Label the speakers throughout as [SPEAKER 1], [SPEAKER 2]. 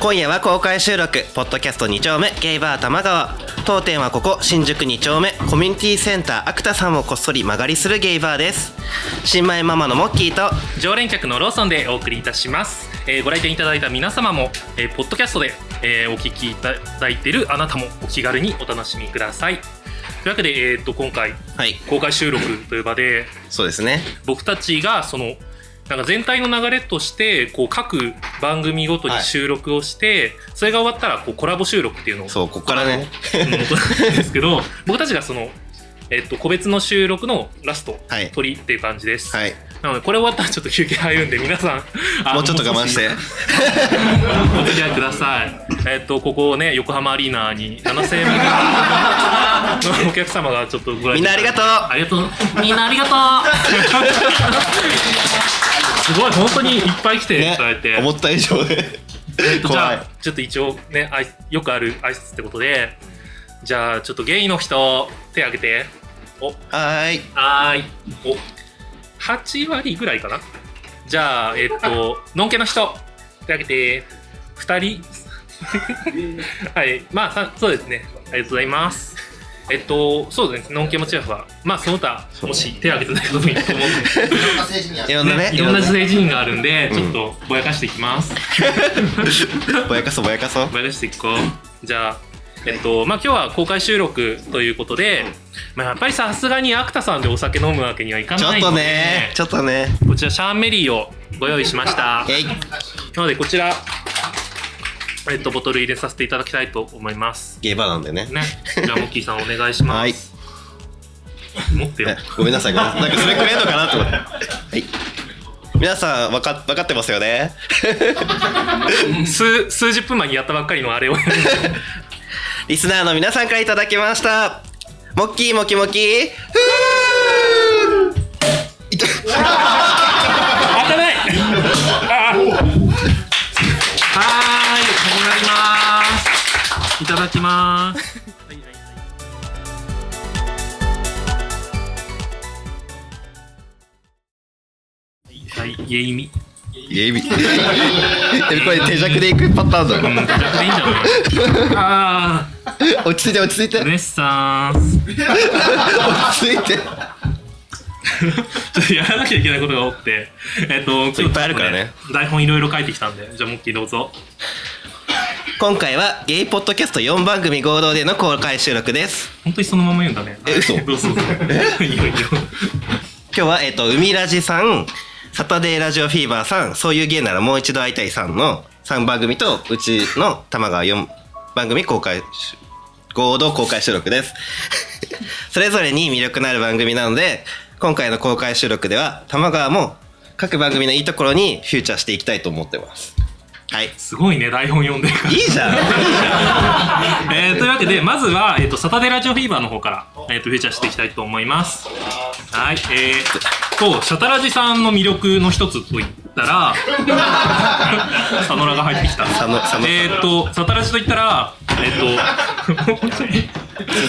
[SPEAKER 1] 今夜は公開収録ポッドキャスト2丁目ゲイバー玉川当店はここ新宿2丁目コミュニティセンターアクタさんをこっそり間借りするゲイバーです新米ママのモッキーと
[SPEAKER 2] 常連客のローソンでお送りいたします、えーご来店いただいた皆様も、えーポッドキャストで、えーお聞きいただいているあなたもお気軽にお楽しみくださいというわけで、えー、と今回
[SPEAKER 1] はい
[SPEAKER 2] 公開収録という場で
[SPEAKER 1] そうですね
[SPEAKER 2] 僕たちがそのなんか全体の流れとしてこう各番組ごとに収録をして、それが終わったらこうコラボ収録っていうのを
[SPEAKER 1] そうここからね
[SPEAKER 2] うんなんですけど僕たちがその、えっと個別の収録のラスト、
[SPEAKER 1] はい
[SPEAKER 2] 撮りっていう感じです、
[SPEAKER 1] はい
[SPEAKER 2] なのでこれ終わったらちょっと休憩入るんで皆 さんあ
[SPEAKER 1] もうちょっと我慢して
[SPEAKER 2] もう少しお付き合いくださいえっとここね横浜アリーナに7000円 分のお客様がちょっとご来
[SPEAKER 1] みんなありがとう
[SPEAKER 2] ありがとうみんなありがとう すごい本当にいっぱい来ていただいて、
[SPEAKER 1] ね思った以上で
[SPEAKER 2] えっとじ
[SPEAKER 1] 怖
[SPEAKER 2] ゃ
[SPEAKER 1] い
[SPEAKER 2] あちょっと一応ねあいよくある挨拶ってことでじゃあちょっとゲイの人手挙げてお
[SPEAKER 1] はーい
[SPEAKER 2] はーいお8割ぐらいかなじゃあえっ とのんけの人手挙げて2人はいまあさそうですねありがとうございますえっとそうですねのんけもちやふはまあその他もし手挙げてない方もいると思うんで
[SPEAKER 1] いろんなね
[SPEAKER 2] いろんな
[SPEAKER 1] ね
[SPEAKER 2] 政治人があるんで
[SPEAKER 1] うん
[SPEAKER 2] ちょっとぼやかしていきます、
[SPEAKER 1] ぼやかそうぼやかそう
[SPEAKER 2] 思い出していこうじゃあえっとまあ今日は公開収録ということで、まあ、やっぱりさすがにアクタさんでお酒飲むわけにはいか
[SPEAKER 1] ちょ
[SPEAKER 2] な
[SPEAKER 1] っ
[SPEAKER 2] いの
[SPEAKER 1] と
[SPEAKER 2] で
[SPEAKER 1] ねちょっとね
[SPEAKER 2] こちらシャンメリーをご用意しました
[SPEAKER 1] えい
[SPEAKER 2] なのでこちらえっとボトル入れさせていただきたいと思います
[SPEAKER 1] ゲイバーなんでね
[SPEAKER 2] ねじゃあモッキーさんお願いします、
[SPEAKER 1] はい
[SPEAKER 2] 持ってよ
[SPEAKER 1] えごめんなさいごめんなさいなんかそれくれんのかなと思ってはい皆さんわか分かってますよね
[SPEAKER 2] 数数十分前にやったばっかりのあれを
[SPEAKER 1] リスナーの皆さんからいただきましたモッキーモキモキふーいた
[SPEAKER 2] 開かないあーはーい始まりますいただきますはい、ゲイミ。
[SPEAKER 1] イエイビえこれ手弱でいくパターンだ
[SPEAKER 2] うん、
[SPEAKER 1] ろ
[SPEAKER 2] 逆でいいんじゃない。あ
[SPEAKER 1] 落ち着いて落ち着いて
[SPEAKER 2] あ、ルネッサンス。
[SPEAKER 1] 落ち着いて
[SPEAKER 2] ちょっとやらなきゃいけないことが多くて、えっと、
[SPEAKER 1] いっぱいあるからね。
[SPEAKER 2] 台本いろいろ書いてきたんで、じゃあモッキーどうぞ。
[SPEAKER 1] 今回はゲイポッドキャスト4番組合同での公開収録です
[SPEAKER 2] 本当にそのまま言うんだね。
[SPEAKER 1] え嘘
[SPEAKER 2] はいどうぞ。え、いいよいいよ。
[SPEAKER 1] 今日はえっ、と海ラジさんサタデーラジオフィーバーさんそういう芸ならもう一度会いたいさんの3番組とうちの玉川4番組公開し合同公開収録です それぞれに魅力のある番組なので今回の公開収録では玉川も各番組のいいところにフューチャーしていきたいと思ってますはいい
[SPEAKER 2] すごいね、台本読んでるから
[SPEAKER 1] いじゃん
[SPEAKER 2] えーというわけでまずは、えー、とサタデーラジオフィーバーの方から、えー、とフューチャーしていきたいと思いますはいえー、とシャタラジさんの魅力の一つといっ たらサノラが入ってきた
[SPEAKER 1] 佐野佐野さん
[SPEAKER 2] えー、とサタラジといったらえっ、 と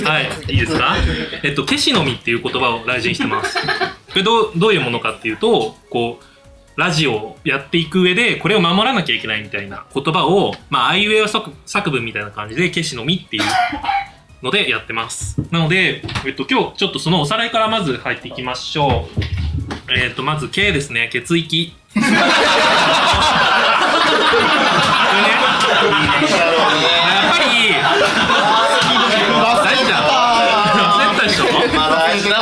[SPEAKER 2] はいいいですかえっ、とケシの実っていう言葉を来人してますこれどうどういうものかっていうとこうラジオをやっていく上でこれを守らなきゃいけないみたいな言葉を、まあ、アイウェイ作作文みたいな感じで「消しのみ」っていうのでやってますなので、えっと、今日ちょっとそのおさらいからまず入っていきましょうえっとまず K ですね血液これねやっぱり大事だ忘れてたでしょ
[SPEAKER 3] 大事だ。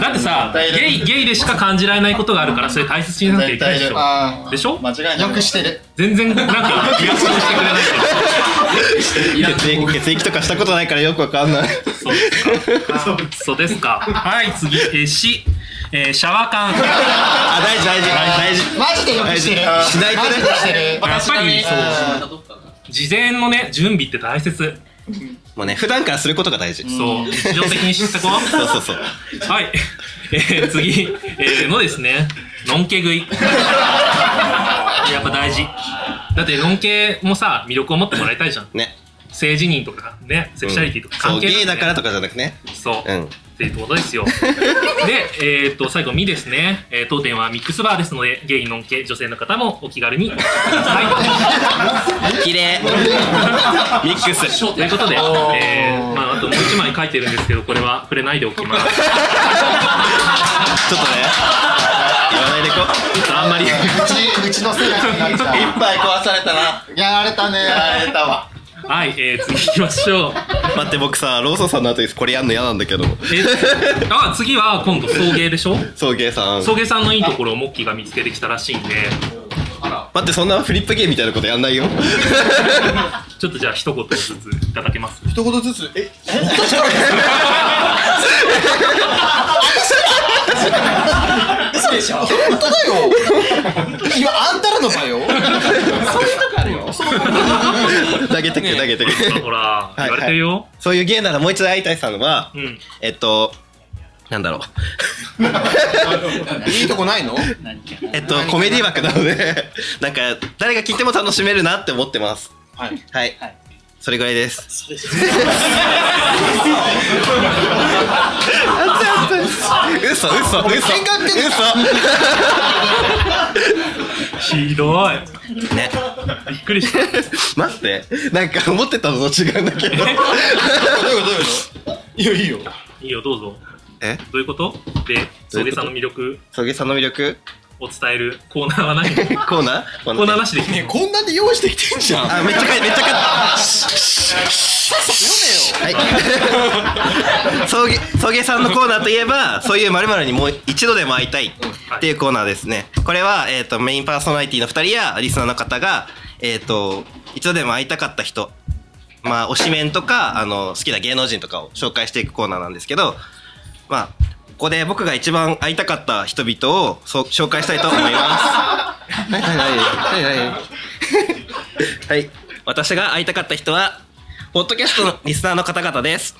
[SPEAKER 2] だってさゲイゲイでしか感じられないことがあるからそれ大切にしなきゃいけないでしょ
[SPEAKER 3] あ
[SPEAKER 2] でしょ
[SPEAKER 3] 間違いない。よくしてる。
[SPEAKER 2] 全然なんかリアクションしてくれないから
[SPEAKER 1] 血液血液とかしたことないからよくわかんない
[SPEAKER 2] そうですか。そうですか。はい、次、えー、し、えー、シャワー缶。や
[SPEAKER 1] あ大事大事大事
[SPEAKER 3] マジでよくしてる。
[SPEAKER 1] しないとね
[SPEAKER 3] マジでしてる。。
[SPEAKER 2] っぱり、そう。事前のね、準備って大切。
[SPEAKER 1] もうね普段からすることが大事
[SPEAKER 2] そう。日常的に知ってこう。
[SPEAKER 1] そうそうそう
[SPEAKER 2] はい。えー、次、えー、のですね、のんけ食 い。やっぱ大事。だって、のんけもさ、魅力を持ってもらいたいじゃん。
[SPEAKER 1] ね
[SPEAKER 2] 性自認とか、ね、セクシャリティとか
[SPEAKER 1] そ
[SPEAKER 2] 関
[SPEAKER 1] う
[SPEAKER 2] 係なく
[SPEAKER 1] ゲ
[SPEAKER 2] ね
[SPEAKER 1] イだからとかじゃなくね
[SPEAKER 2] そ
[SPEAKER 1] う
[SPEAKER 2] う。
[SPEAKER 1] ん
[SPEAKER 2] っていうことですよ。で、えっと、最後、みですね。えー当店はミックスバーですので、ゲイ、ノンケ、女性の方もお気軽にお聞きください。
[SPEAKER 1] 綺 麗ミックス
[SPEAKER 2] ということで、えーまあ、あともう一枚書いてるんですけど、これは触れないでおきます。
[SPEAKER 1] ちょっとね言わないでこ
[SPEAKER 2] ちょっとあ んまり
[SPEAKER 3] ち、うちのせいになっちゃう。
[SPEAKER 1] 杯壊されたな
[SPEAKER 3] やられたね。やられたわ。
[SPEAKER 2] はい、えー、次行きましょう。
[SPEAKER 1] 待って僕さローソンさんの後にこれやんの嫌なんだけど
[SPEAKER 2] えー、あ、次は今度送迎でしょ
[SPEAKER 1] 送迎さん
[SPEAKER 2] 送迎さんのいいところをモッキーが見つけてきたらしいんで、
[SPEAKER 1] 待ってそんなフリップゲームみたいなことやん ないよ
[SPEAKER 2] ちょっとじゃあ一言ずついただ けます。
[SPEAKER 4] 一言ずつ、え、嘘でしょ本当だよ。
[SPEAKER 3] 今、あんたらのだよ。
[SPEAKER 1] 投げてく投げてく
[SPEAKER 2] ほら、
[SPEAKER 1] いはい
[SPEAKER 2] 言われてるよ。
[SPEAKER 1] そういう芸ならもう一度会いたいさんは、
[SPEAKER 2] うん。
[SPEAKER 1] えっと、なんだろう。
[SPEAKER 4] いいとこないの。
[SPEAKER 1] えっと、コメディ枠なので、なんか、誰が聞いても楽しめるなって思ってます。
[SPEAKER 4] はい。
[SPEAKER 1] はい。それぐらいです。嘘嘘嘘
[SPEAKER 4] 喧嘩売ってん
[SPEAKER 2] ひどい。
[SPEAKER 1] 嘘ね。
[SPEAKER 2] びっくりした。
[SPEAKER 1] 待って、なんか思ってたのと違うんだけど。
[SPEAKER 4] どういうこと、どういうこと。いいよ、いいよ。
[SPEAKER 2] いいよ、どうぞ。
[SPEAKER 1] え
[SPEAKER 2] どういうことで、送迎さんの魅力
[SPEAKER 1] そげさんの魅力
[SPEAKER 2] を伝えるコーナーは何
[SPEAKER 1] コ
[SPEAKER 2] コ
[SPEAKER 1] ーナーコ
[SPEAKER 2] ーナーなしで
[SPEAKER 4] ねえ、こんなに用意してきてんじゃん。
[SPEAKER 1] あ、めっちゃかい、めっちゃかい。はい。送迎、送迎さんのコーナーといえば、そういうまるまるにもう一度でも会いたいっていうコーナーですね。これは、えっ、と、メインパーソナリティの二人やリスナーの方が、えっ、と、一度でも会いたかった人。まあ、推しメンとか、あの、好きな芸能人とかを紹介していくコーナーなんですけど。まあ、ここで僕が一番会いたかった人々を、そう、紹介したいと思います。はい、はい、はい、はい、はい。はい。私が会いたかった人は、ポッドキャストのリスナーの方々です。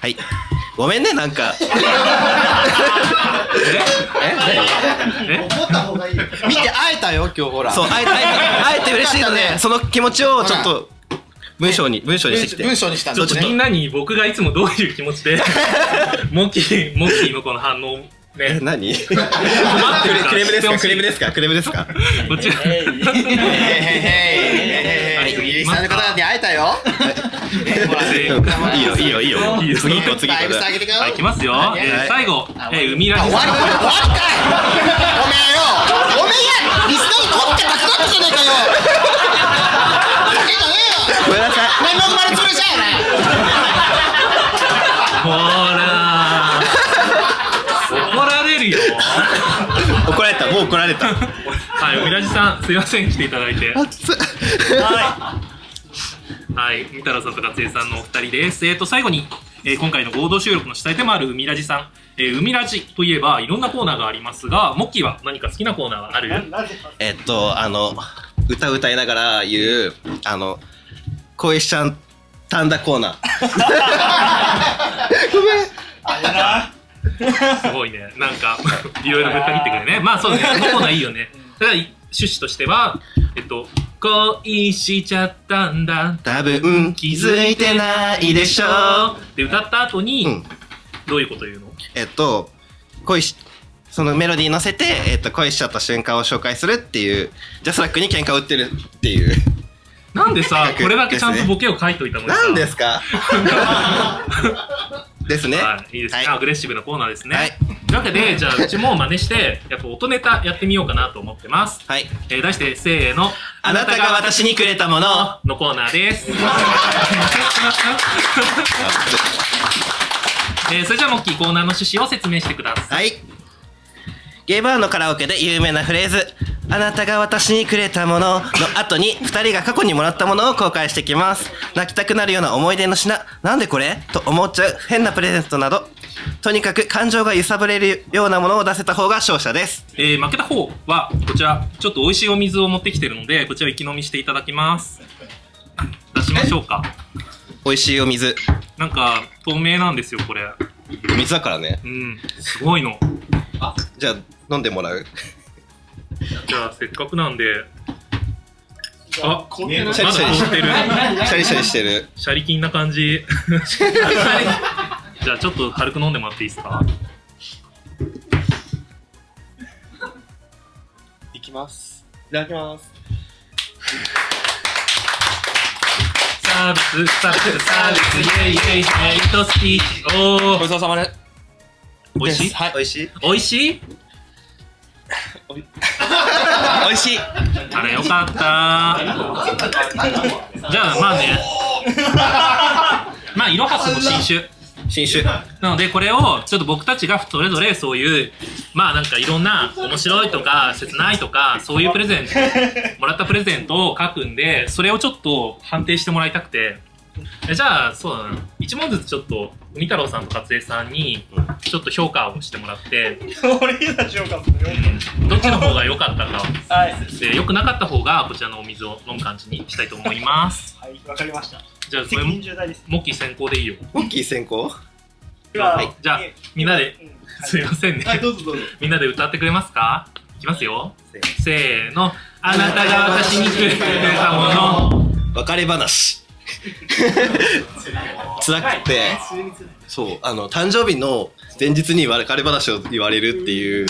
[SPEAKER 1] はい。ごめんね、なんか。
[SPEAKER 2] え
[SPEAKER 4] 見て会えたよ、今日ほら。
[SPEAKER 1] そう、あえて、あえて嬉しいので、その気持ちをちょっと、文章に、文章にしてきて。
[SPEAKER 4] 文章にしたん
[SPEAKER 2] ちょ
[SPEAKER 4] だ
[SPEAKER 2] っと
[SPEAKER 4] ね
[SPEAKER 2] みんなに僕がいつもどういう気持ち で、モッキー、モッキーのこの反応を ね、
[SPEAKER 1] 何クレ
[SPEAKER 2] 困ってるから
[SPEAKER 1] ームです
[SPEAKER 2] 知ってほ
[SPEAKER 1] か
[SPEAKER 2] しい
[SPEAKER 1] クレームですかクレームですか
[SPEAKER 2] こっちら。
[SPEAKER 4] へいへいへいへいへいへい
[SPEAKER 2] はい
[SPEAKER 4] へい
[SPEAKER 2] 次
[SPEAKER 4] リスナーの方に会えたよ。ほら
[SPEAKER 2] え
[SPEAKER 1] いいよ、いいよ、いいよ。
[SPEAKER 2] いいよ
[SPEAKER 1] 次行こう、次
[SPEAKER 4] だいぶ
[SPEAKER 1] 行こ
[SPEAKER 4] してあげてくよ。
[SPEAKER 2] はい、いきますよ。えー最後、えー、海ラ
[SPEAKER 4] あ
[SPEAKER 2] ジ
[SPEAKER 4] 終わ
[SPEAKER 2] さ
[SPEAKER 4] り
[SPEAKER 2] ん。
[SPEAKER 4] 終わりかいおめえよおめえやリスナーに取ってなくなったじゃねえかよだけじゃねえよ
[SPEAKER 1] う。ごめんなさい。
[SPEAKER 4] 面目丸つぶれちゃうよね
[SPEAKER 2] ほらー。 怒られるよ。
[SPEAKER 1] 怒られた、もう怒られた。
[SPEAKER 2] はい、海ラジさん、すいません、来ていただいて。
[SPEAKER 1] 熱っ
[SPEAKER 2] はい、三太郎さんと勝江さんのお二人です。えっ、と、最後に、えー今回の合同収録の主体でもある海ラジさん。えー、海ラジといえば、いろんなコーナーがありますが、モッキーは何か好きなコーナーはある
[SPEAKER 1] えっと、あの、歌歌いながら言う、あの、恋しちゃん、たんだコーナー。
[SPEAKER 2] すごいね。なんか、いろいろぶった切ってくれね。まあそうね。あのコーナーいいよね。だから、趣旨としては、えっと、恋しちゃったんだ。
[SPEAKER 1] 多分気づいてないでしょ
[SPEAKER 2] で、歌った後に、
[SPEAKER 1] うん
[SPEAKER 2] どういうこと言うの
[SPEAKER 1] えっと恋しそのメロディーに乗せて、えっと、恋しちゃった瞬間を紹介するっていうジャスラックに喧嘩を売ってるっていう
[SPEAKER 2] なんでさ、
[SPEAKER 1] 逆
[SPEAKER 2] これだけちゃんとボケを書いといたのにさ
[SPEAKER 1] 何です かですね
[SPEAKER 2] はい、いいですね、
[SPEAKER 1] はい
[SPEAKER 2] アグレッシブなコーナーですね。
[SPEAKER 1] はい
[SPEAKER 2] というわけで、じゃあ、うちも真似して、やっぱ音ネタやってみようかなと思ってます。
[SPEAKER 1] はい
[SPEAKER 2] えー題して、せーの、
[SPEAKER 1] あなたが私にくれたもの
[SPEAKER 2] のコーナーです。えーそれじゃあ、モッキーコーナーの趣旨を説明してください。
[SPEAKER 1] はいゲイバーのカラオケで有名なフレーズ「あなたが私にくれたもの」の後に2人が過去にもらったものを公開していきます泣きたくなるような思い出の品なんでこれと思っちゃう変なプレゼントなどとにかく感情が揺さぶれるようなものを出せた方が勝者です
[SPEAKER 2] えー負けた方は、こちら、ちょっと美味しいお水を持ってきてるので、こちらを生き飲みしていただきます。出しましょうか。
[SPEAKER 1] 美味しいお水
[SPEAKER 2] なんか、透明なんですよ、これ。
[SPEAKER 1] お水だからね
[SPEAKER 2] うん、すごいの。
[SPEAKER 1] じゃあ飲んでもらう
[SPEAKER 2] じゃあせっかくなんで。あ、こんなまだ
[SPEAKER 1] シャリシャリ
[SPEAKER 2] 凍ってる。
[SPEAKER 1] シャリシャリしてる
[SPEAKER 2] シャリキンな感じ。 じゃあちょっと軽く飲んでもらっていいですか
[SPEAKER 4] いきます。いただきます。
[SPEAKER 2] サービス、サービス、サービス、イェイイェイ、えイトスピーチ、おー
[SPEAKER 4] ごちそうさまで。
[SPEAKER 2] 美味し
[SPEAKER 4] で
[SPEAKER 2] い
[SPEAKER 4] すはい。
[SPEAKER 1] 美味しい
[SPEAKER 2] 美味しい
[SPEAKER 1] 美味しい
[SPEAKER 2] あれよかったーじゃあまあね まあいろはすの新種
[SPEAKER 1] 新種
[SPEAKER 2] なのでこれをちょっと僕たちがそれぞれそういうまあなんかいろんな面白いとか切ないとかそういうプレゼントもらったプレゼントを書くんでそれをちょっと判定してもらいたくてえじゃあそうだな1問ずつちょっと海太郎さんと勝江さんにちょっと評価をしてもらって
[SPEAKER 5] 俺に出しようかそれを
[SPEAKER 2] どっちの方が良かったかを
[SPEAKER 5] はい
[SPEAKER 2] で良くなかった方がこちらのお水を飲む感じにしたいと思います
[SPEAKER 5] はいわかりました
[SPEAKER 2] じゃあそ
[SPEAKER 5] 責
[SPEAKER 2] れも
[SPEAKER 5] 任重大です
[SPEAKER 2] モッキー先行でいいよ
[SPEAKER 1] 大きい先行
[SPEAKER 5] では
[SPEAKER 2] はいじゃあ
[SPEAKER 5] え
[SPEAKER 2] みんなで
[SPEAKER 5] うん
[SPEAKER 2] すいませんね
[SPEAKER 5] はいどうぞどうぞ
[SPEAKER 2] みんなで歌ってくれますかいきますよせーのあなたが私にくれたもの
[SPEAKER 1] 別れ 話辛くてそうあの誕生日の前日に別れ話を言われるって いう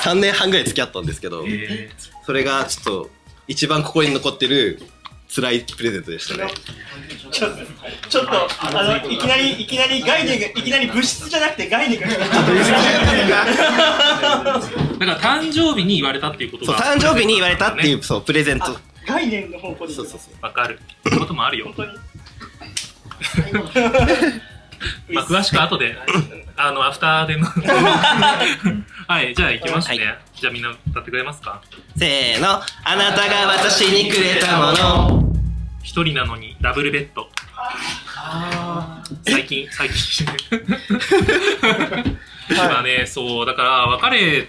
[SPEAKER 1] 3年半ぐらい付き合ったんですけど
[SPEAKER 2] え
[SPEAKER 1] それがちょっと一番ここに残ってる辛いプレゼントでしたね
[SPEAKER 5] ちょっとちょっとあのいきなりいきなり概念がいきなり物質じゃなくて概念が
[SPEAKER 2] ーだから誕生日に言われたっていうこと
[SPEAKER 1] そう
[SPEAKER 2] が
[SPEAKER 1] 誕生日に言われたっていううそうプレゼント
[SPEAKER 5] 概念の方向で
[SPEAKER 1] そうそうそう
[SPEAKER 2] わかるってこともあるよ
[SPEAKER 5] 本当に
[SPEAKER 2] まあ詳しく後であのアフターでのはいじゃあ行きますね、じゃあみんな歌ってくれますか
[SPEAKER 1] せーのあなたが私にくれたもの
[SPEAKER 2] 一人なのにダブルベッド最近最近今ねそうだから別れ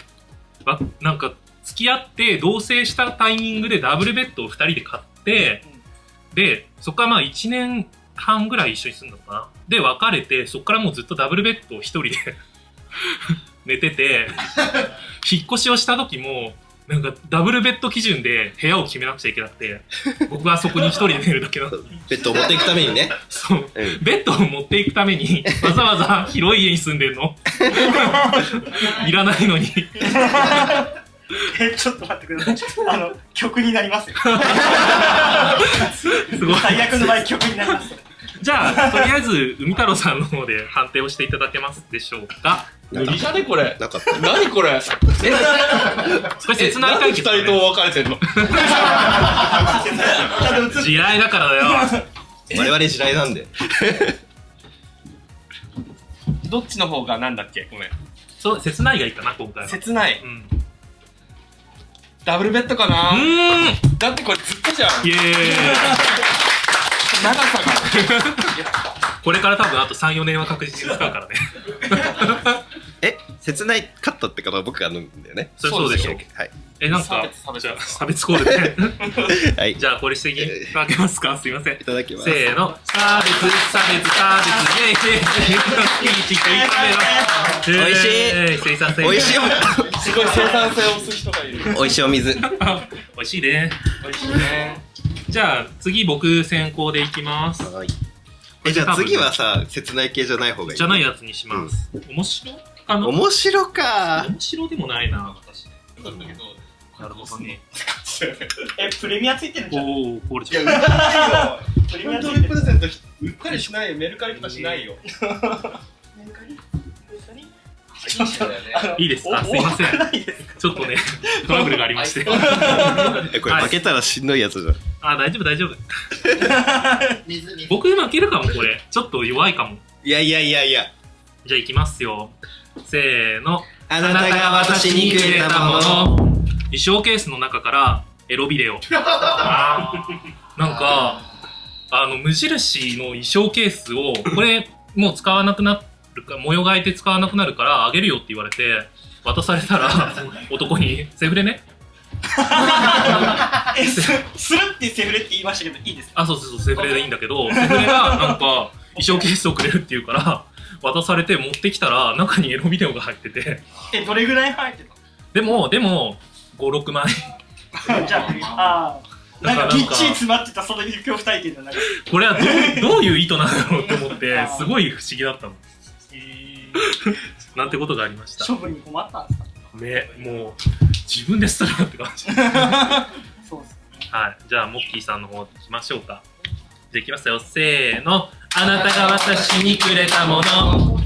[SPEAKER 2] わなんか付き合って同棲したタイミングでダブルベッドを2人で買ってでそこからまあ1年半ぐらい一緒に住んだのかなで別れてそこからもうずっとダブルベッドを1人で 寝てて引っ越しをした時もなんかダブルベッド基準で部屋を決めなくちゃいけなくて僕はそこに1人で寝るだけなの
[SPEAKER 1] ベッドを持っていくためにね
[SPEAKER 2] そう
[SPEAKER 1] うん
[SPEAKER 2] ベッドを持っていくためにわざわざ広い家に住んでるの いらないのに
[SPEAKER 5] えちょっと待ってくださいあの曲になりますよ
[SPEAKER 2] すごい
[SPEAKER 5] 最悪の場合曲になります
[SPEAKER 2] じゃあとりあえず海太郎さんの方で判定をしていただけますでしょうか
[SPEAKER 4] 麦茶でこれ。
[SPEAKER 1] なかった
[SPEAKER 4] 何これ。
[SPEAKER 2] 少し切ない
[SPEAKER 4] なんで
[SPEAKER 2] 解
[SPEAKER 4] 二
[SPEAKER 2] 決
[SPEAKER 4] 人
[SPEAKER 2] だね
[SPEAKER 4] とも別れてんの。
[SPEAKER 5] ちゃんと映っ
[SPEAKER 2] 地雷だからだよ
[SPEAKER 1] 我々地雷なんで
[SPEAKER 4] どっちの方がなんだっけ。ごめん。
[SPEAKER 2] そう切ないがいいかな今回は
[SPEAKER 4] 切ない。
[SPEAKER 2] うん
[SPEAKER 4] ダブルベッドか
[SPEAKER 2] う
[SPEAKER 4] な。
[SPEAKER 2] ーん
[SPEAKER 4] だってこれずっとじゃん。
[SPEAKER 2] イエーイ
[SPEAKER 4] 長さが。
[SPEAKER 2] これから多分あと34年は確実に使うからね
[SPEAKER 1] え切ないかったってから僕が飲んだよね
[SPEAKER 2] それそうでしょ
[SPEAKER 1] はい
[SPEAKER 2] えなん
[SPEAKER 4] 差
[SPEAKER 2] か
[SPEAKER 4] 別差別
[SPEAKER 2] じゃあ差別コールで
[SPEAKER 1] はい
[SPEAKER 2] じゃあこれしていただけますかすいません
[SPEAKER 1] いただきます
[SPEAKER 2] せーの、差別、差別、差別、イェイイェイイ
[SPEAKER 1] 美味しい
[SPEAKER 2] ェイイェイイェイイェイイェイイェイイェイイェイイェイ生産性
[SPEAKER 1] 美味しいお
[SPEAKER 4] すごい生産性を押す人がいる。
[SPEAKER 1] 美味しいお水
[SPEAKER 2] 美味しいね。
[SPEAKER 4] 美味しいね。
[SPEAKER 2] じゃあ、次僕先行でいきます。
[SPEAKER 1] はいえじゃあ次はさ切ない系じゃない方がいい
[SPEAKER 2] じゃないやつにします。面白かな
[SPEAKER 1] 面白か
[SPEAKER 2] 面白でもないな。なるほどね。
[SPEAKER 5] えプレミアついてるんじゃん
[SPEAKER 2] おー、これち
[SPEAKER 6] いや、
[SPEAKER 2] ょ
[SPEAKER 6] 売っ
[SPEAKER 2] っと。
[SPEAKER 6] た
[SPEAKER 5] プレミア
[SPEAKER 6] り
[SPEAKER 5] つ
[SPEAKER 6] よ。
[SPEAKER 5] い
[SPEAKER 6] 誕生日
[SPEAKER 5] て
[SPEAKER 6] プ
[SPEAKER 5] る
[SPEAKER 6] レゼントし売ったりしないよ。メルカリとかしないよ。
[SPEAKER 2] いいですか
[SPEAKER 5] お
[SPEAKER 2] すいません
[SPEAKER 5] 多くないですか
[SPEAKER 2] ちょっとね、トラブルがありまして。
[SPEAKER 1] えこれ負けたらしんどいやつじゃん
[SPEAKER 2] あ、大丈夫大丈夫。僕負けるかも、これ。ちょっと弱いかも。
[SPEAKER 1] いやいやいやいや
[SPEAKER 2] じゃあ、いきますよ。せーの。
[SPEAKER 1] あなたが私にくれたもの
[SPEAKER 2] の衣装ケースの中からエロ ビデオなんかあの無印の衣装ケースをこれもう使わなくなるか模様替えて使わなくなるからあげるよって言われて渡されたら 男に「セフレね
[SPEAKER 5] えすするってセフレって言いましたけどいいですか
[SPEAKER 2] あそうそうそうセフレでいいんだけどセフレがなんか衣装ケースをくれるって言うから渡されて持ってきたら中にエロビデオが入ってて
[SPEAKER 5] えどれぐらい入ってた
[SPEAKER 2] でもでも56枚
[SPEAKER 5] じゃあ、あなんかぎっちり
[SPEAKER 2] なんか
[SPEAKER 5] 詰まってたその恐怖体験の中で。
[SPEAKER 2] これはどうどういう意図なんだろうと思ってすごい不思議だったもんなんてことがありました
[SPEAKER 5] 処分に困ったんですか
[SPEAKER 2] ねもう自分でするなって感じ
[SPEAKER 5] そうですね。
[SPEAKER 2] はいじゃあモッキーさんの方行きましょうかじゃあいきますよせーのあなたが私にくれたもの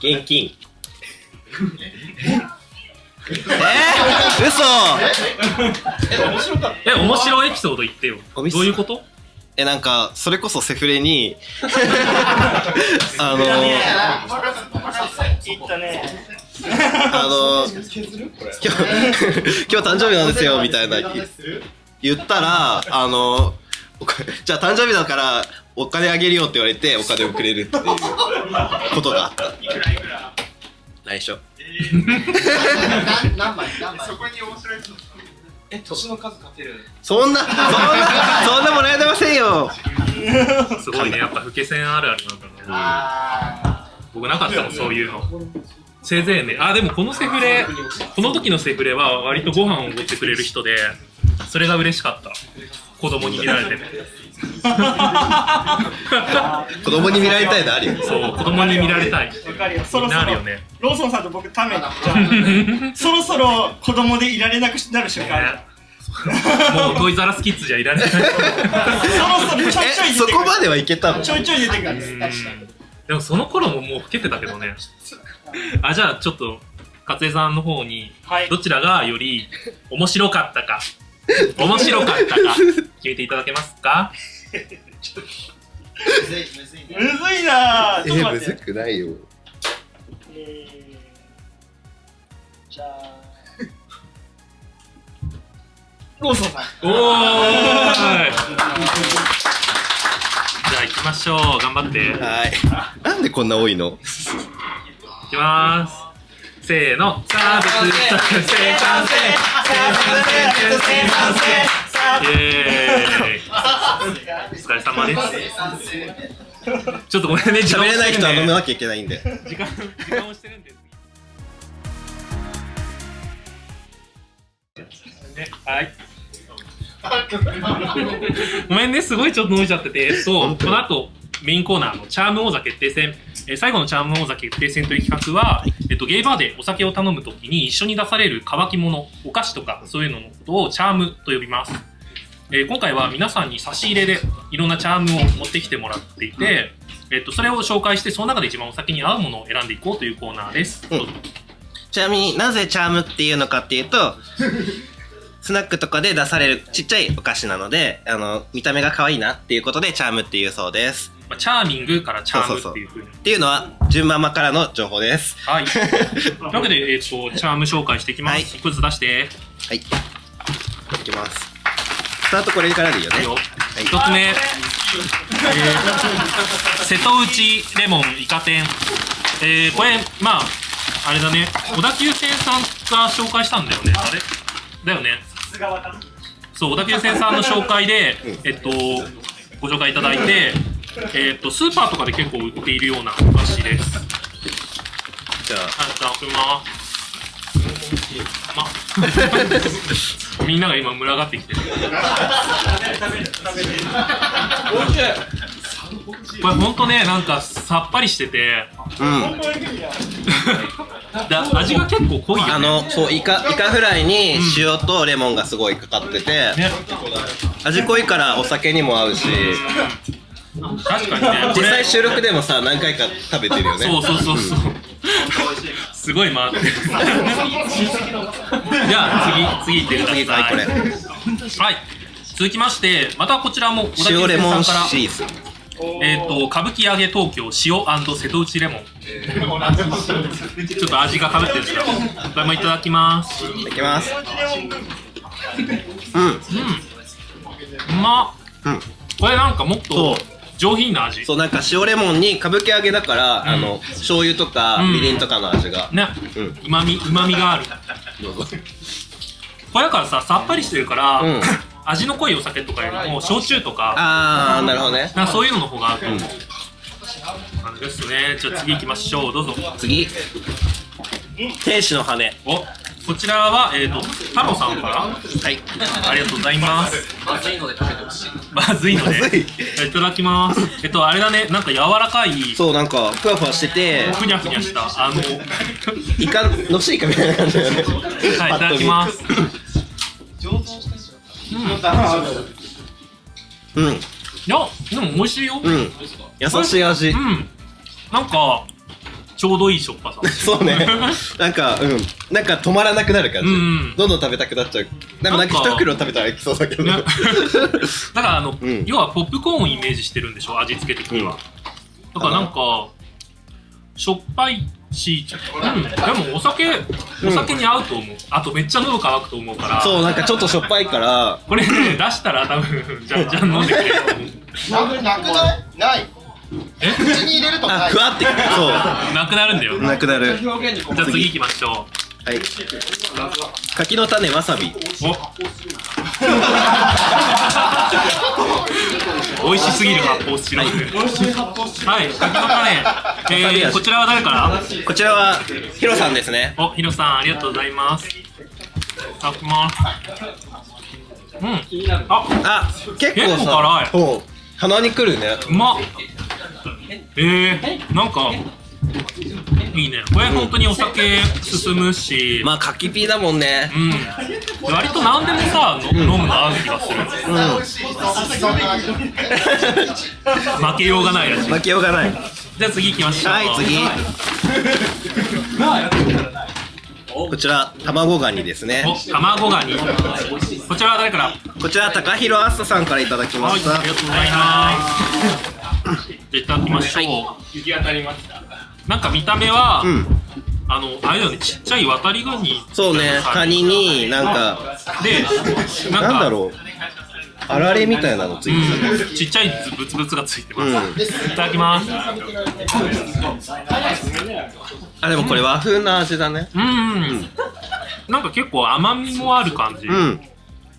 [SPEAKER 1] 現金。えー、嘘
[SPEAKER 6] 面白かっ
[SPEAKER 2] え面白いエピソード言ってよど
[SPEAKER 1] お
[SPEAKER 2] う
[SPEAKER 1] 店
[SPEAKER 2] いうこと
[SPEAKER 1] え、なんか、それこそセフレ に、あ
[SPEAKER 5] だね
[SPEAKER 1] の、
[SPEAKER 5] いっ たね。
[SPEAKER 1] あの、今日、今日誕生日なんですよ、みたいな言ったら、あの、お金じゃあ誕生日だからお金あげるよって言われてお金をくれるっていうことがあった。
[SPEAKER 6] たいくらいくら
[SPEAKER 1] 内緒。
[SPEAKER 3] 何何枚何枚
[SPEAKER 6] そこに面白い人え年の数勝てる
[SPEAKER 1] そんな、そんな、そんなもらえてませんよ。
[SPEAKER 2] すごいねやっぱ老け線あるあるなんだね僕なかったもんそういうのせいぜいねあでもこのセフレこの時のセフレは割とご飯をおごってくれる人でそれが嬉しかった子供に見られて ね
[SPEAKER 1] 子供に見られたいのあるよ。
[SPEAKER 2] そう子供に見られたい
[SPEAKER 5] わかるよ。そろそ
[SPEAKER 2] なる
[SPEAKER 5] ろ
[SPEAKER 2] よね
[SPEAKER 5] ローソンさんと僕ためになっちゃう。そろそろ子供でいられなくなる瞬間ある。
[SPEAKER 2] もうトイザラスキッズじゃいられない
[SPEAKER 5] そろそろちょいちょい
[SPEAKER 1] え、
[SPEAKER 5] 出て
[SPEAKER 1] そ
[SPEAKER 5] く
[SPEAKER 1] こま
[SPEAKER 5] る。
[SPEAKER 1] ではいけたの
[SPEAKER 5] ちょいちょい出てくるんで
[SPEAKER 2] う
[SPEAKER 5] す。
[SPEAKER 2] んでもその頃ももう老けてたけどねあじゃあちょっと勝江さんの方に
[SPEAKER 5] はい
[SPEAKER 2] ど。ちらがより面白かったか面白かったか決めていただけますか
[SPEAKER 3] むずいむずい
[SPEAKER 5] むずいなぁ。ちょっと待って。
[SPEAKER 1] くないよ。
[SPEAKER 5] えーじゃあ、ローソンさん。
[SPEAKER 2] おーいじゃあ行きましょう頑張って
[SPEAKER 1] はい。なんでこんな多いの
[SPEAKER 2] いきます。せーの、サービス、サービス、生産性、生産性、イエーイ。お疲れ様です。ちょっとごめんね、
[SPEAKER 1] 喋れない人は飲め
[SPEAKER 2] 時
[SPEAKER 1] なきゃいけないんで。
[SPEAKER 2] 間、時間をしてるんです。ね、はい。ごめんね、すごいちょっと伸びちゃってて、えっと、この後、メインコーナーのチャーム王座決定戦、えー最後のチャーム王座決定戦という企画は、えっと、ゲイバーでお酒を頼むときに一緒に出される乾き物、お菓子とか、そういうののことをチャームと呼びます。えー今回は皆さんに差し入れでいろんなチャームを持ってきてもらっていて、えっと、それを紹介して、その中で一番お酒に合うものを選んでいこうというコーナーです。
[SPEAKER 1] うん
[SPEAKER 2] どうぞ
[SPEAKER 1] ちなみになぜチャームっていうのかっていうと スナックとかで出されるちっちゃいお菓子なのであの見た目が可愛いなっていうことでチャームっていうそうです
[SPEAKER 2] まあ、チャーミングからチャームっていうふうに。
[SPEAKER 1] っていうのは順番からの情報です
[SPEAKER 2] はい。というわけで、えっ、と、チャーム紹介していきま
[SPEAKER 1] はい
[SPEAKER 2] す。一個ずつ出して。
[SPEAKER 1] はいいきますスタートこれからでいいよね
[SPEAKER 2] いいよ
[SPEAKER 1] い
[SPEAKER 2] 一つ目、えー瀬戸内レモンイカ天、えーこれまああれだね小田急線さんが紹介したんだよねあれだよね
[SPEAKER 5] 菅原
[SPEAKER 2] そう小田急線さんの紹 介で、えっと、ご紹介いただいて、えっと、スーパーとかで結構売っているようなお菓子です
[SPEAKER 1] じゃあ
[SPEAKER 2] はい、じゃあ、送 ります。 ま、みんなが今群がってきてる。これ本当ね、なんかさっぱりしてて、
[SPEAKER 1] うん
[SPEAKER 2] だ味が結構濃いよね。
[SPEAKER 1] あのそうイカイカフライに塩とレモンがすごいかかってて、
[SPEAKER 2] ね、
[SPEAKER 1] 味濃いからお酒にも合うし
[SPEAKER 2] 確かにね。こ
[SPEAKER 1] 実
[SPEAKER 2] れ
[SPEAKER 1] 際収録でもさ何回か食べてるよね
[SPEAKER 2] そうそうそうそう。すごい回ってる。じゃあ次次行ってくださ
[SPEAKER 1] 次はい
[SPEAKER 2] い。
[SPEAKER 1] これ
[SPEAKER 2] はい。続きまして、またこちらも小田急
[SPEAKER 1] 塩レ
[SPEAKER 2] 線
[SPEAKER 1] モ
[SPEAKER 2] さん
[SPEAKER 1] ン
[SPEAKER 2] から。
[SPEAKER 1] シーズン
[SPEAKER 2] えっ、と歌舞伎揚げ東京塩瀬戸内レモン、ちょっと味がかぶってるんですけどこれもいただきます
[SPEAKER 1] いきますうん
[SPEAKER 2] うまっ、
[SPEAKER 1] うん
[SPEAKER 2] これなんかもっと
[SPEAKER 1] そう
[SPEAKER 2] 上品な味
[SPEAKER 1] そうなんか塩レモンに歌舞伎揚げだから、あの醤油とか、
[SPEAKER 2] うん
[SPEAKER 1] みりんとかの味が、
[SPEAKER 2] ね
[SPEAKER 1] うん
[SPEAKER 2] うまみうまみがある
[SPEAKER 1] どうぞ
[SPEAKER 2] これだからささっぱりしてるから、
[SPEAKER 1] うん
[SPEAKER 2] 味の濃いお酒とかよりも焼酎とか
[SPEAKER 1] あーなるほどね
[SPEAKER 2] なんかそういうのの方が合うと思う、感じですねじゃあ次行きましょうどうぞ
[SPEAKER 1] 次天使の羽
[SPEAKER 2] おこちらは、えっ、と、太郎さんから。
[SPEAKER 1] はい。
[SPEAKER 2] ありがとうございます。
[SPEAKER 6] まずいので食べてほしい。
[SPEAKER 2] まずいので。
[SPEAKER 1] まずい
[SPEAKER 2] いただきます。えっと、あれだね、なんか柔らかい、
[SPEAKER 1] そう、なんか、ふわふわしてて、
[SPEAKER 2] ふにゃふにゃした、あ の、
[SPEAKER 1] イカ、のしイカみたいな感じだよね。
[SPEAKER 2] はい、いただきます。
[SPEAKER 1] うん、
[SPEAKER 2] いや、でも美味しいよ。う。
[SPEAKER 1] うんん。優しい味。
[SPEAKER 2] なんか、ちょうどいいしょっぱさ。
[SPEAKER 1] そうね。なんか、うん。なんか止まらなくなる感じ。
[SPEAKER 2] うんうん
[SPEAKER 1] どんどん食べたくなっちゃう。でもなんか
[SPEAKER 2] なんか
[SPEAKER 1] 一袋食べたらいきそうだけど。
[SPEAKER 2] ねだから、あの、
[SPEAKER 1] うん
[SPEAKER 2] 要はポップコーンをイメージしてるんでしょ、味付け的には。だからなんか、しょっぱいし、うん、でもお酒、お酒に合うと思う。あとめっちゃ喉乾くと思うから。
[SPEAKER 1] そう、なんかちょっとしょっぱいから、
[SPEAKER 2] これね、出したら多分、じゃんじゃん飲んでくれる。
[SPEAKER 3] なくなくないない
[SPEAKER 2] え
[SPEAKER 3] 口に入れると
[SPEAKER 1] あ、
[SPEAKER 3] ない
[SPEAKER 1] ふわって、そ
[SPEAKER 2] なくなるんだよ。
[SPEAKER 1] う。なくなる。
[SPEAKER 2] じゃあ次行きましょ
[SPEAKER 1] はい。柿の種わさび。
[SPEAKER 2] う。美味しすぎる発泡スチロール。美味しい発泡スチロール。はい、柿の種。えー、こちらは誰から
[SPEAKER 1] こちらは、ヒロさんですね。
[SPEAKER 2] お、ヒロさん、ありがとうございます。いただきます。うん。あ、
[SPEAKER 1] あ、結構
[SPEAKER 2] 結構辛
[SPEAKER 1] さ
[SPEAKER 2] い、
[SPEAKER 1] そう。鼻にくるね。
[SPEAKER 2] うまっ。えー、なんか、いいね。これ本当にお酒進むし、
[SPEAKER 1] まあ、柿ピーだもんね。
[SPEAKER 2] うん。割と何でもさ、の飲むの合う気がする。
[SPEAKER 1] うん。
[SPEAKER 2] 負けようがないらしい。
[SPEAKER 1] 負けようがない。
[SPEAKER 2] じゃあ次行きましょう。
[SPEAKER 1] はい、次。こちら、卵ガニですね。
[SPEAKER 2] お、卵ガニ。こちらは誰から。
[SPEAKER 1] こちら、高弘あっささんからいただきま
[SPEAKER 2] はい、
[SPEAKER 1] した
[SPEAKER 2] あり。がとうございます。じゃあいただきましょう。
[SPEAKER 6] 行き当たりました。
[SPEAKER 2] なんか見た目は、
[SPEAKER 1] うん。
[SPEAKER 2] あの、あれだよね、ちっちゃい渡りガニ。
[SPEAKER 1] そうね、カニになんか、
[SPEAKER 2] で、なんか、
[SPEAKER 1] なんだろう、あられみたいなのつ
[SPEAKER 2] う
[SPEAKER 1] いてる。
[SPEAKER 2] ん、ちっちゃいブツブツがついてます。
[SPEAKER 1] うん
[SPEAKER 2] いただきます。
[SPEAKER 1] あ、でもこれ和風な味だね。
[SPEAKER 2] うん、なんか結構甘みもある感じ。
[SPEAKER 1] うん。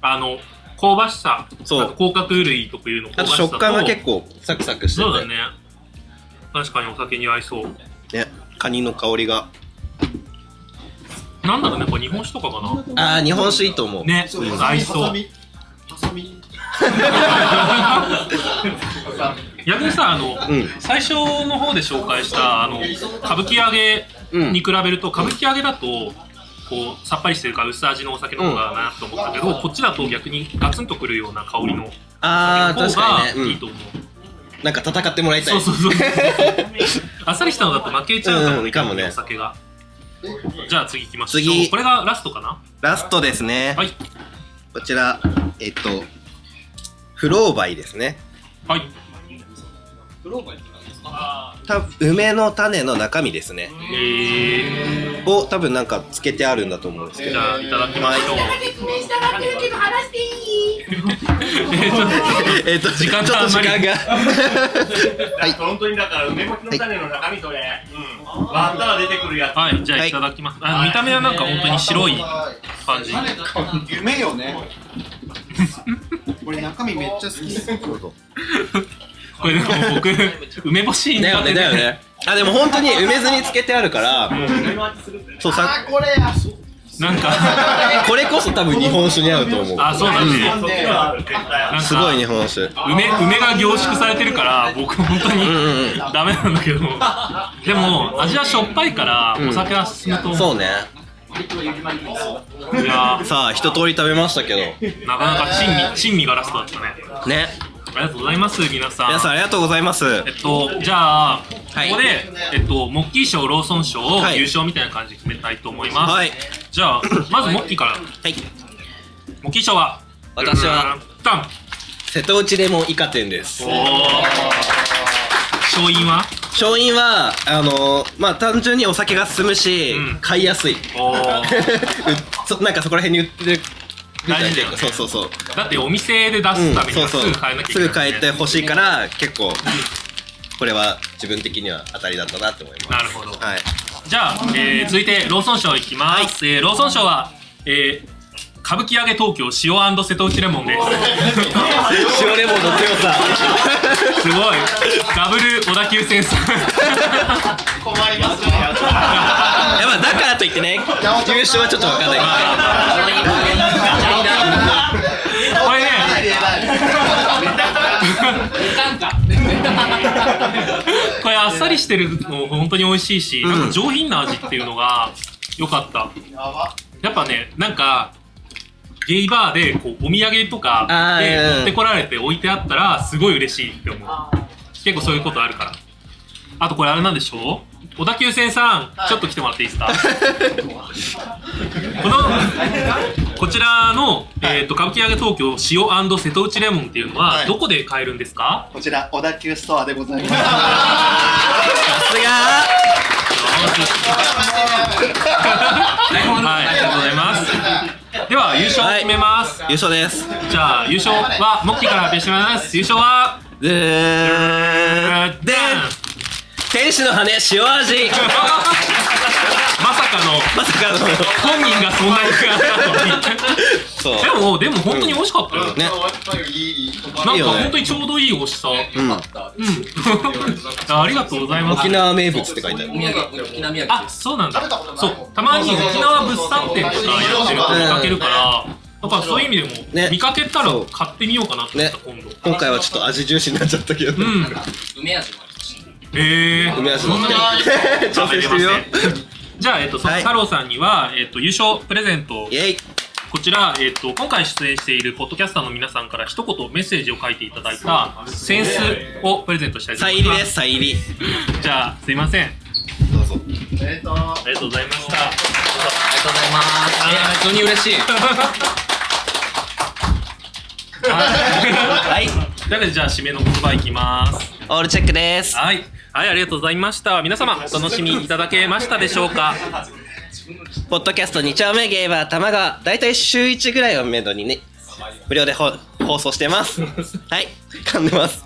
[SPEAKER 2] あの、香ばしさ。
[SPEAKER 1] そう
[SPEAKER 2] なんか甲殻類特有の香
[SPEAKER 1] あ
[SPEAKER 2] ばし
[SPEAKER 1] と
[SPEAKER 2] さと。
[SPEAKER 1] 食感が結構サクサクして
[SPEAKER 2] そうだ
[SPEAKER 1] て
[SPEAKER 2] ね。確かにお酒に合いそう。、
[SPEAKER 1] ね、カニの香りが。
[SPEAKER 2] なんだろうね、これ日本酒とかかな。
[SPEAKER 1] あー、日本酒いいと思う。
[SPEAKER 2] ね、合いそう。 逆にさ、あの、
[SPEAKER 1] うん
[SPEAKER 2] 最初の方で紹介した、あの、歌舞伎揚げ
[SPEAKER 1] うん
[SPEAKER 2] に比べると、歌舞伎揚げだと、こう、さっぱりしてるから薄味のお酒の方がなと思ったけど、こっちだと逆にガツンとくるような香りの
[SPEAKER 1] あー、
[SPEAKER 2] お酒
[SPEAKER 1] 確
[SPEAKER 2] の方
[SPEAKER 1] か
[SPEAKER 2] が
[SPEAKER 1] に
[SPEAKER 2] いい
[SPEAKER 1] ね。
[SPEAKER 2] と思う。
[SPEAKER 1] うん。なんか戦ってもらいたい。
[SPEAKER 2] そうそうそう。あっさりしたのだと負けちゃうかも
[SPEAKER 1] うん
[SPEAKER 2] ね、
[SPEAKER 1] かもね
[SPEAKER 2] お酒が。じゃあ次行きましょう。
[SPEAKER 1] 次
[SPEAKER 2] これがラストかな
[SPEAKER 1] ラストですね。
[SPEAKER 2] はい。
[SPEAKER 1] こちら、えっと、フローバイですね。
[SPEAKER 2] はい。
[SPEAKER 1] た梅の種の中身ですね。
[SPEAKER 2] え
[SPEAKER 1] を多分なんかつけてあるんだと思うんですけ
[SPEAKER 2] ー、
[SPEAKER 1] ど。
[SPEAKER 2] じゃあいただきましょう。
[SPEAKER 7] 説明したがってるけど話していい
[SPEAKER 2] えーちょっと
[SPEAKER 1] えっと、
[SPEAKER 2] 時間が
[SPEAKER 1] ちょっと時間が。
[SPEAKER 5] はい、本当にだから梅干しの種の中身それ、うん、割ったら出てくるやつ
[SPEAKER 2] はい、じゃあ
[SPEAKER 1] はい
[SPEAKER 2] いただきます。あ見た目はなんか本当に白い感じ。
[SPEAKER 3] 夢よね俺中身めっちゃ好き
[SPEAKER 2] これでも僕、梅干し 苦手
[SPEAKER 1] だよね、だよね。あ、でも本当に梅酢につけてあるから、そうさ、
[SPEAKER 3] これや
[SPEAKER 2] なんか、
[SPEAKER 1] これこそ多分日本酒に合うと思う。
[SPEAKER 2] あ、そうだね。
[SPEAKER 5] そっちのは絶対
[SPEAKER 2] なんか
[SPEAKER 1] すごい日本酒。
[SPEAKER 2] 梅、梅が凝縮されてるから、僕本当
[SPEAKER 1] うん
[SPEAKER 2] に
[SPEAKER 1] うん
[SPEAKER 2] ダメなんだけど。でも、味はしょっぱいから、
[SPEAKER 1] うん
[SPEAKER 2] お酒は進むと
[SPEAKER 1] うん。
[SPEAKER 2] 思。
[SPEAKER 1] そううね。
[SPEAKER 2] いや
[SPEAKER 1] さあ、一通り食べましたけど。
[SPEAKER 2] ーなかなか珍味、珍味がラストだったね。
[SPEAKER 1] ね。
[SPEAKER 2] ありがとうございます、皆さん。
[SPEAKER 1] 皆さんありがとうございます。
[SPEAKER 2] えっと、じゃあ、
[SPEAKER 1] い
[SPEAKER 2] ここで、えっと、モッキー賞、ローソン賞を
[SPEAKER 1] はい
[SPEAKER 2] 優勝みたいな感じで決めたいと思います。
[SPEAKER 1] はい。
[SPEAKER 2] じゃあ、まずモッキーから。
[SPEAKER 1] はい。
[SPEAKER 2] モッキー賞は
[SPEAKER 1] 私は、、
[SPEAKER 2] ダン
[SPEAKER 1] 瀬戸内レモンイカ店です
[SPEAKER 2] お。ー勝因は
[SPEAKER 1] 勝因は、あのー、まあ、単純にお酒が進むし、
[SPEAKER 2] うん
[SPEAKER 1] 買いや すい。
[SPEAKER 2] おー
[SPEAKER 1] うそなんかそこら辺に売ってる。
[SPEAKER 2] 大事だよね
[SPEAKER 1] そうそうそう。
[SPEAKER 2] だってお店で出
[SPEAKER 1] うん
[SPEAKER 2] すために
[SPEAKER 1] そ
[SPEAKER 2] は
[SPEAKER 1] う
[SPEAKER 2] す
[SPEAKER 1] そう
[SPEAKER 2] ぐ変えなきゃい
[SPEAKER 1] す
[SPEAKER 2] けない、
[SPEAKER 1] ぐ変えてほしいから結構これは自分的には当たりだったなと思いま
[SPEAKER 2] なるほど
[SPEAKER 1] すはい
[SPEAKER 2] じゃあ、えー続いてローソン賞いきます、えーローソン賞は、えー歌舞伎揚げ東京塩瀬戸内レモンです
[SPEAKER 1] 塩レモンの強さ
[SPEAKER 2] すごいダブル小田急線さん
[SPEAKER 3] 困りますね
[SPEAKER 1] やっぱだからと言ってね優勝はちょっとわかんない
[SPEAKER 2] まあまあまあこれねこれあっさりしてるの本当に美味しいし、なんか上品な味っていうのが良かったやっぱねなんかゲイバーでこうお土産とか
[SPEAKER 1] あ
[SPEAKER 2] で
[SPEAKER 1] ーうん
[SPEAKER 2] 持ってこられて置いてあったらすごい嬉しいって思う結構そういうことあるからあとこれあれなんでしょう小田急線さん、ちょっと来てもらっていい ですかこのこちらの、えー、と歌舞伎揚げ東京塩瀬戸内レモンっていうのは、
[SPEAKER 3] はい
[SPEAKER 2] どこで買えるんですか
[SPEAKER 3] こちら小田急ストアでございます
[SPEAKER 1] さすが
[SPEAKER 2] はい、ありがとうございます。では優勝を決めます。
[SPEAKER 1] 優勝です
[SPEAKER 2] じゃあ優勝はモッキーから発表してもらいます。優勝は
[SPEAKER 1] で
[SPEAKER 2] で
[SPEAKER 1] 天使の羽塩味
[SPEAKER 2] まさかの
[SPEAKER 1] まさかの
[SPEAKER 2] 本人がそんなに悔し
[SPEAKER 1] そう
[SPEAKER 2] かったのに。でもでも本当に美味しかったよ。
[SPEAKER 1] ね
[SPEAKER 2] なんか本当にちょうどいい美味しさ。うん。
[SPEAKER 1] うん
[SPEAKER 2] ありがとうございます
[SPEAKER 1] 沖。縄名物って書いてある
[SPEAKER 2] あ、そうなんだ。そう、たまに沖縄物産展とかやってるの見かけるから、だからそういう意味で
[SPEAKER 1] ね
[SPEAKER 2] も見かけたら買ってみようかなと思った今度。
[SPEAKER 1] 今回はちょっと味重視になっちゃったけど
[SPEAKER 2] うん。
[SPEAKER 6] 梅味もあります
[SPEAKER 2] ええー。
[SPEAKER 1] 梅味
[SPEAKER 2] そん なに
[SPEAKER 1] 挑戦してるよ
[SPEAKER 2] じゃあ、えっと、そ
[SPEAKER 1] はい
[SPEAKER 2] 太郎さんには、えっと、優勝プレゼントを
[SPEAKER 1] イ、ェイ
[SPEAKER 2] こちら、えっと、今回出演しているポッドキャスターの皆さんから一言メッセージを書いていただいたセンスをプレゼントしたいと
[SPEAKER 1] サ
[SPEAKER 2] 思
[SPEAKER 1] イン
[SPEAKER 2] い
[SPEAKER 1] 入
[SPEAKER 2] ま
[SPEAKER 1] り
[SPEAKER 2] す。
[SPEAKER 1] ですサイン入り
[SPEAKER 2] じゃあ、すいません。
[SPEAKER 1] どうぞ
[SPEAKER 2] ありがとうございました。
[SPEAKER 6] ありがとうございますいや本当に嬉しい
[SPEAKER 2] は。
[SPEAKER 1] はい い
[SPEAKER 2] というわけでじゃあ、締めの言葉いきます。
[SPEAKER 1] オールチェックです
[SPEAKER 2] はい、はい、ありがとうございました。皆様、お楽しみいただけましたでしょうか。
[SPEAKER 1] ポッドキャスト2丁目ゲーバー玉川だいたい週1ぐらいをめどにね無料でほ放送してますはい噛んでます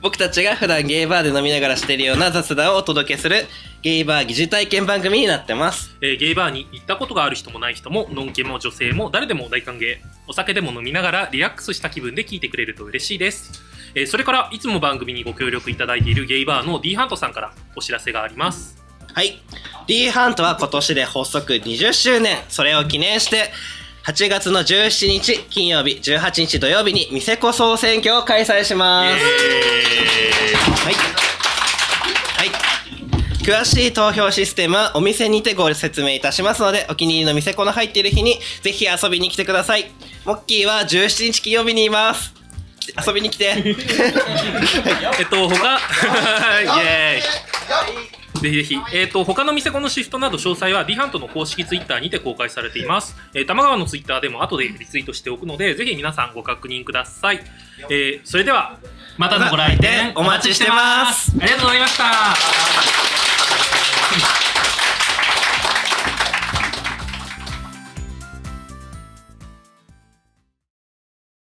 [SPEAKER 1] 僕たちが普段ゲーバーで飲みながらしてるような雑談をお届けするゲーバー疑似体験番組になってます
[SPEAKER 2] えーゲイバーに行ったことがある人もない人も、ノンケも女性も誰でも大歓迎。お酒でも飲みながらリラックスした気分で聞いてくれると嬉しいです。えーそれから、いつも番組にご協力いただいているゲイバーの D ハントさんからお知らせがあります。
[SPEAKER 1] はい D ハントは今年で発足20周年それを記念して8月の17日金曜日18日土曜日に店子総選挙を開催しますはい。はい。詳しい投票システムはお店にてご説明いたしますので、お気に入りの店この入っている日に、ぜひ遊びに来てください。モッキーは17日金曜日にいます。き遊びに来て。
[SPEAKER 2] えっ と、他、イエーイ。ぜひぜひ、えっと他の店このシフトなど詳細は D ハントの公式ツイッターにて公開されています、えー、玉川のツイッターでも後でリツイートしておくのでぜひ皆さんご確認ください、えーそれではまたのご来店
[SPEAKER 1] お待ちしてます
[SPEAKER 2] お待ちしてますありがとうございました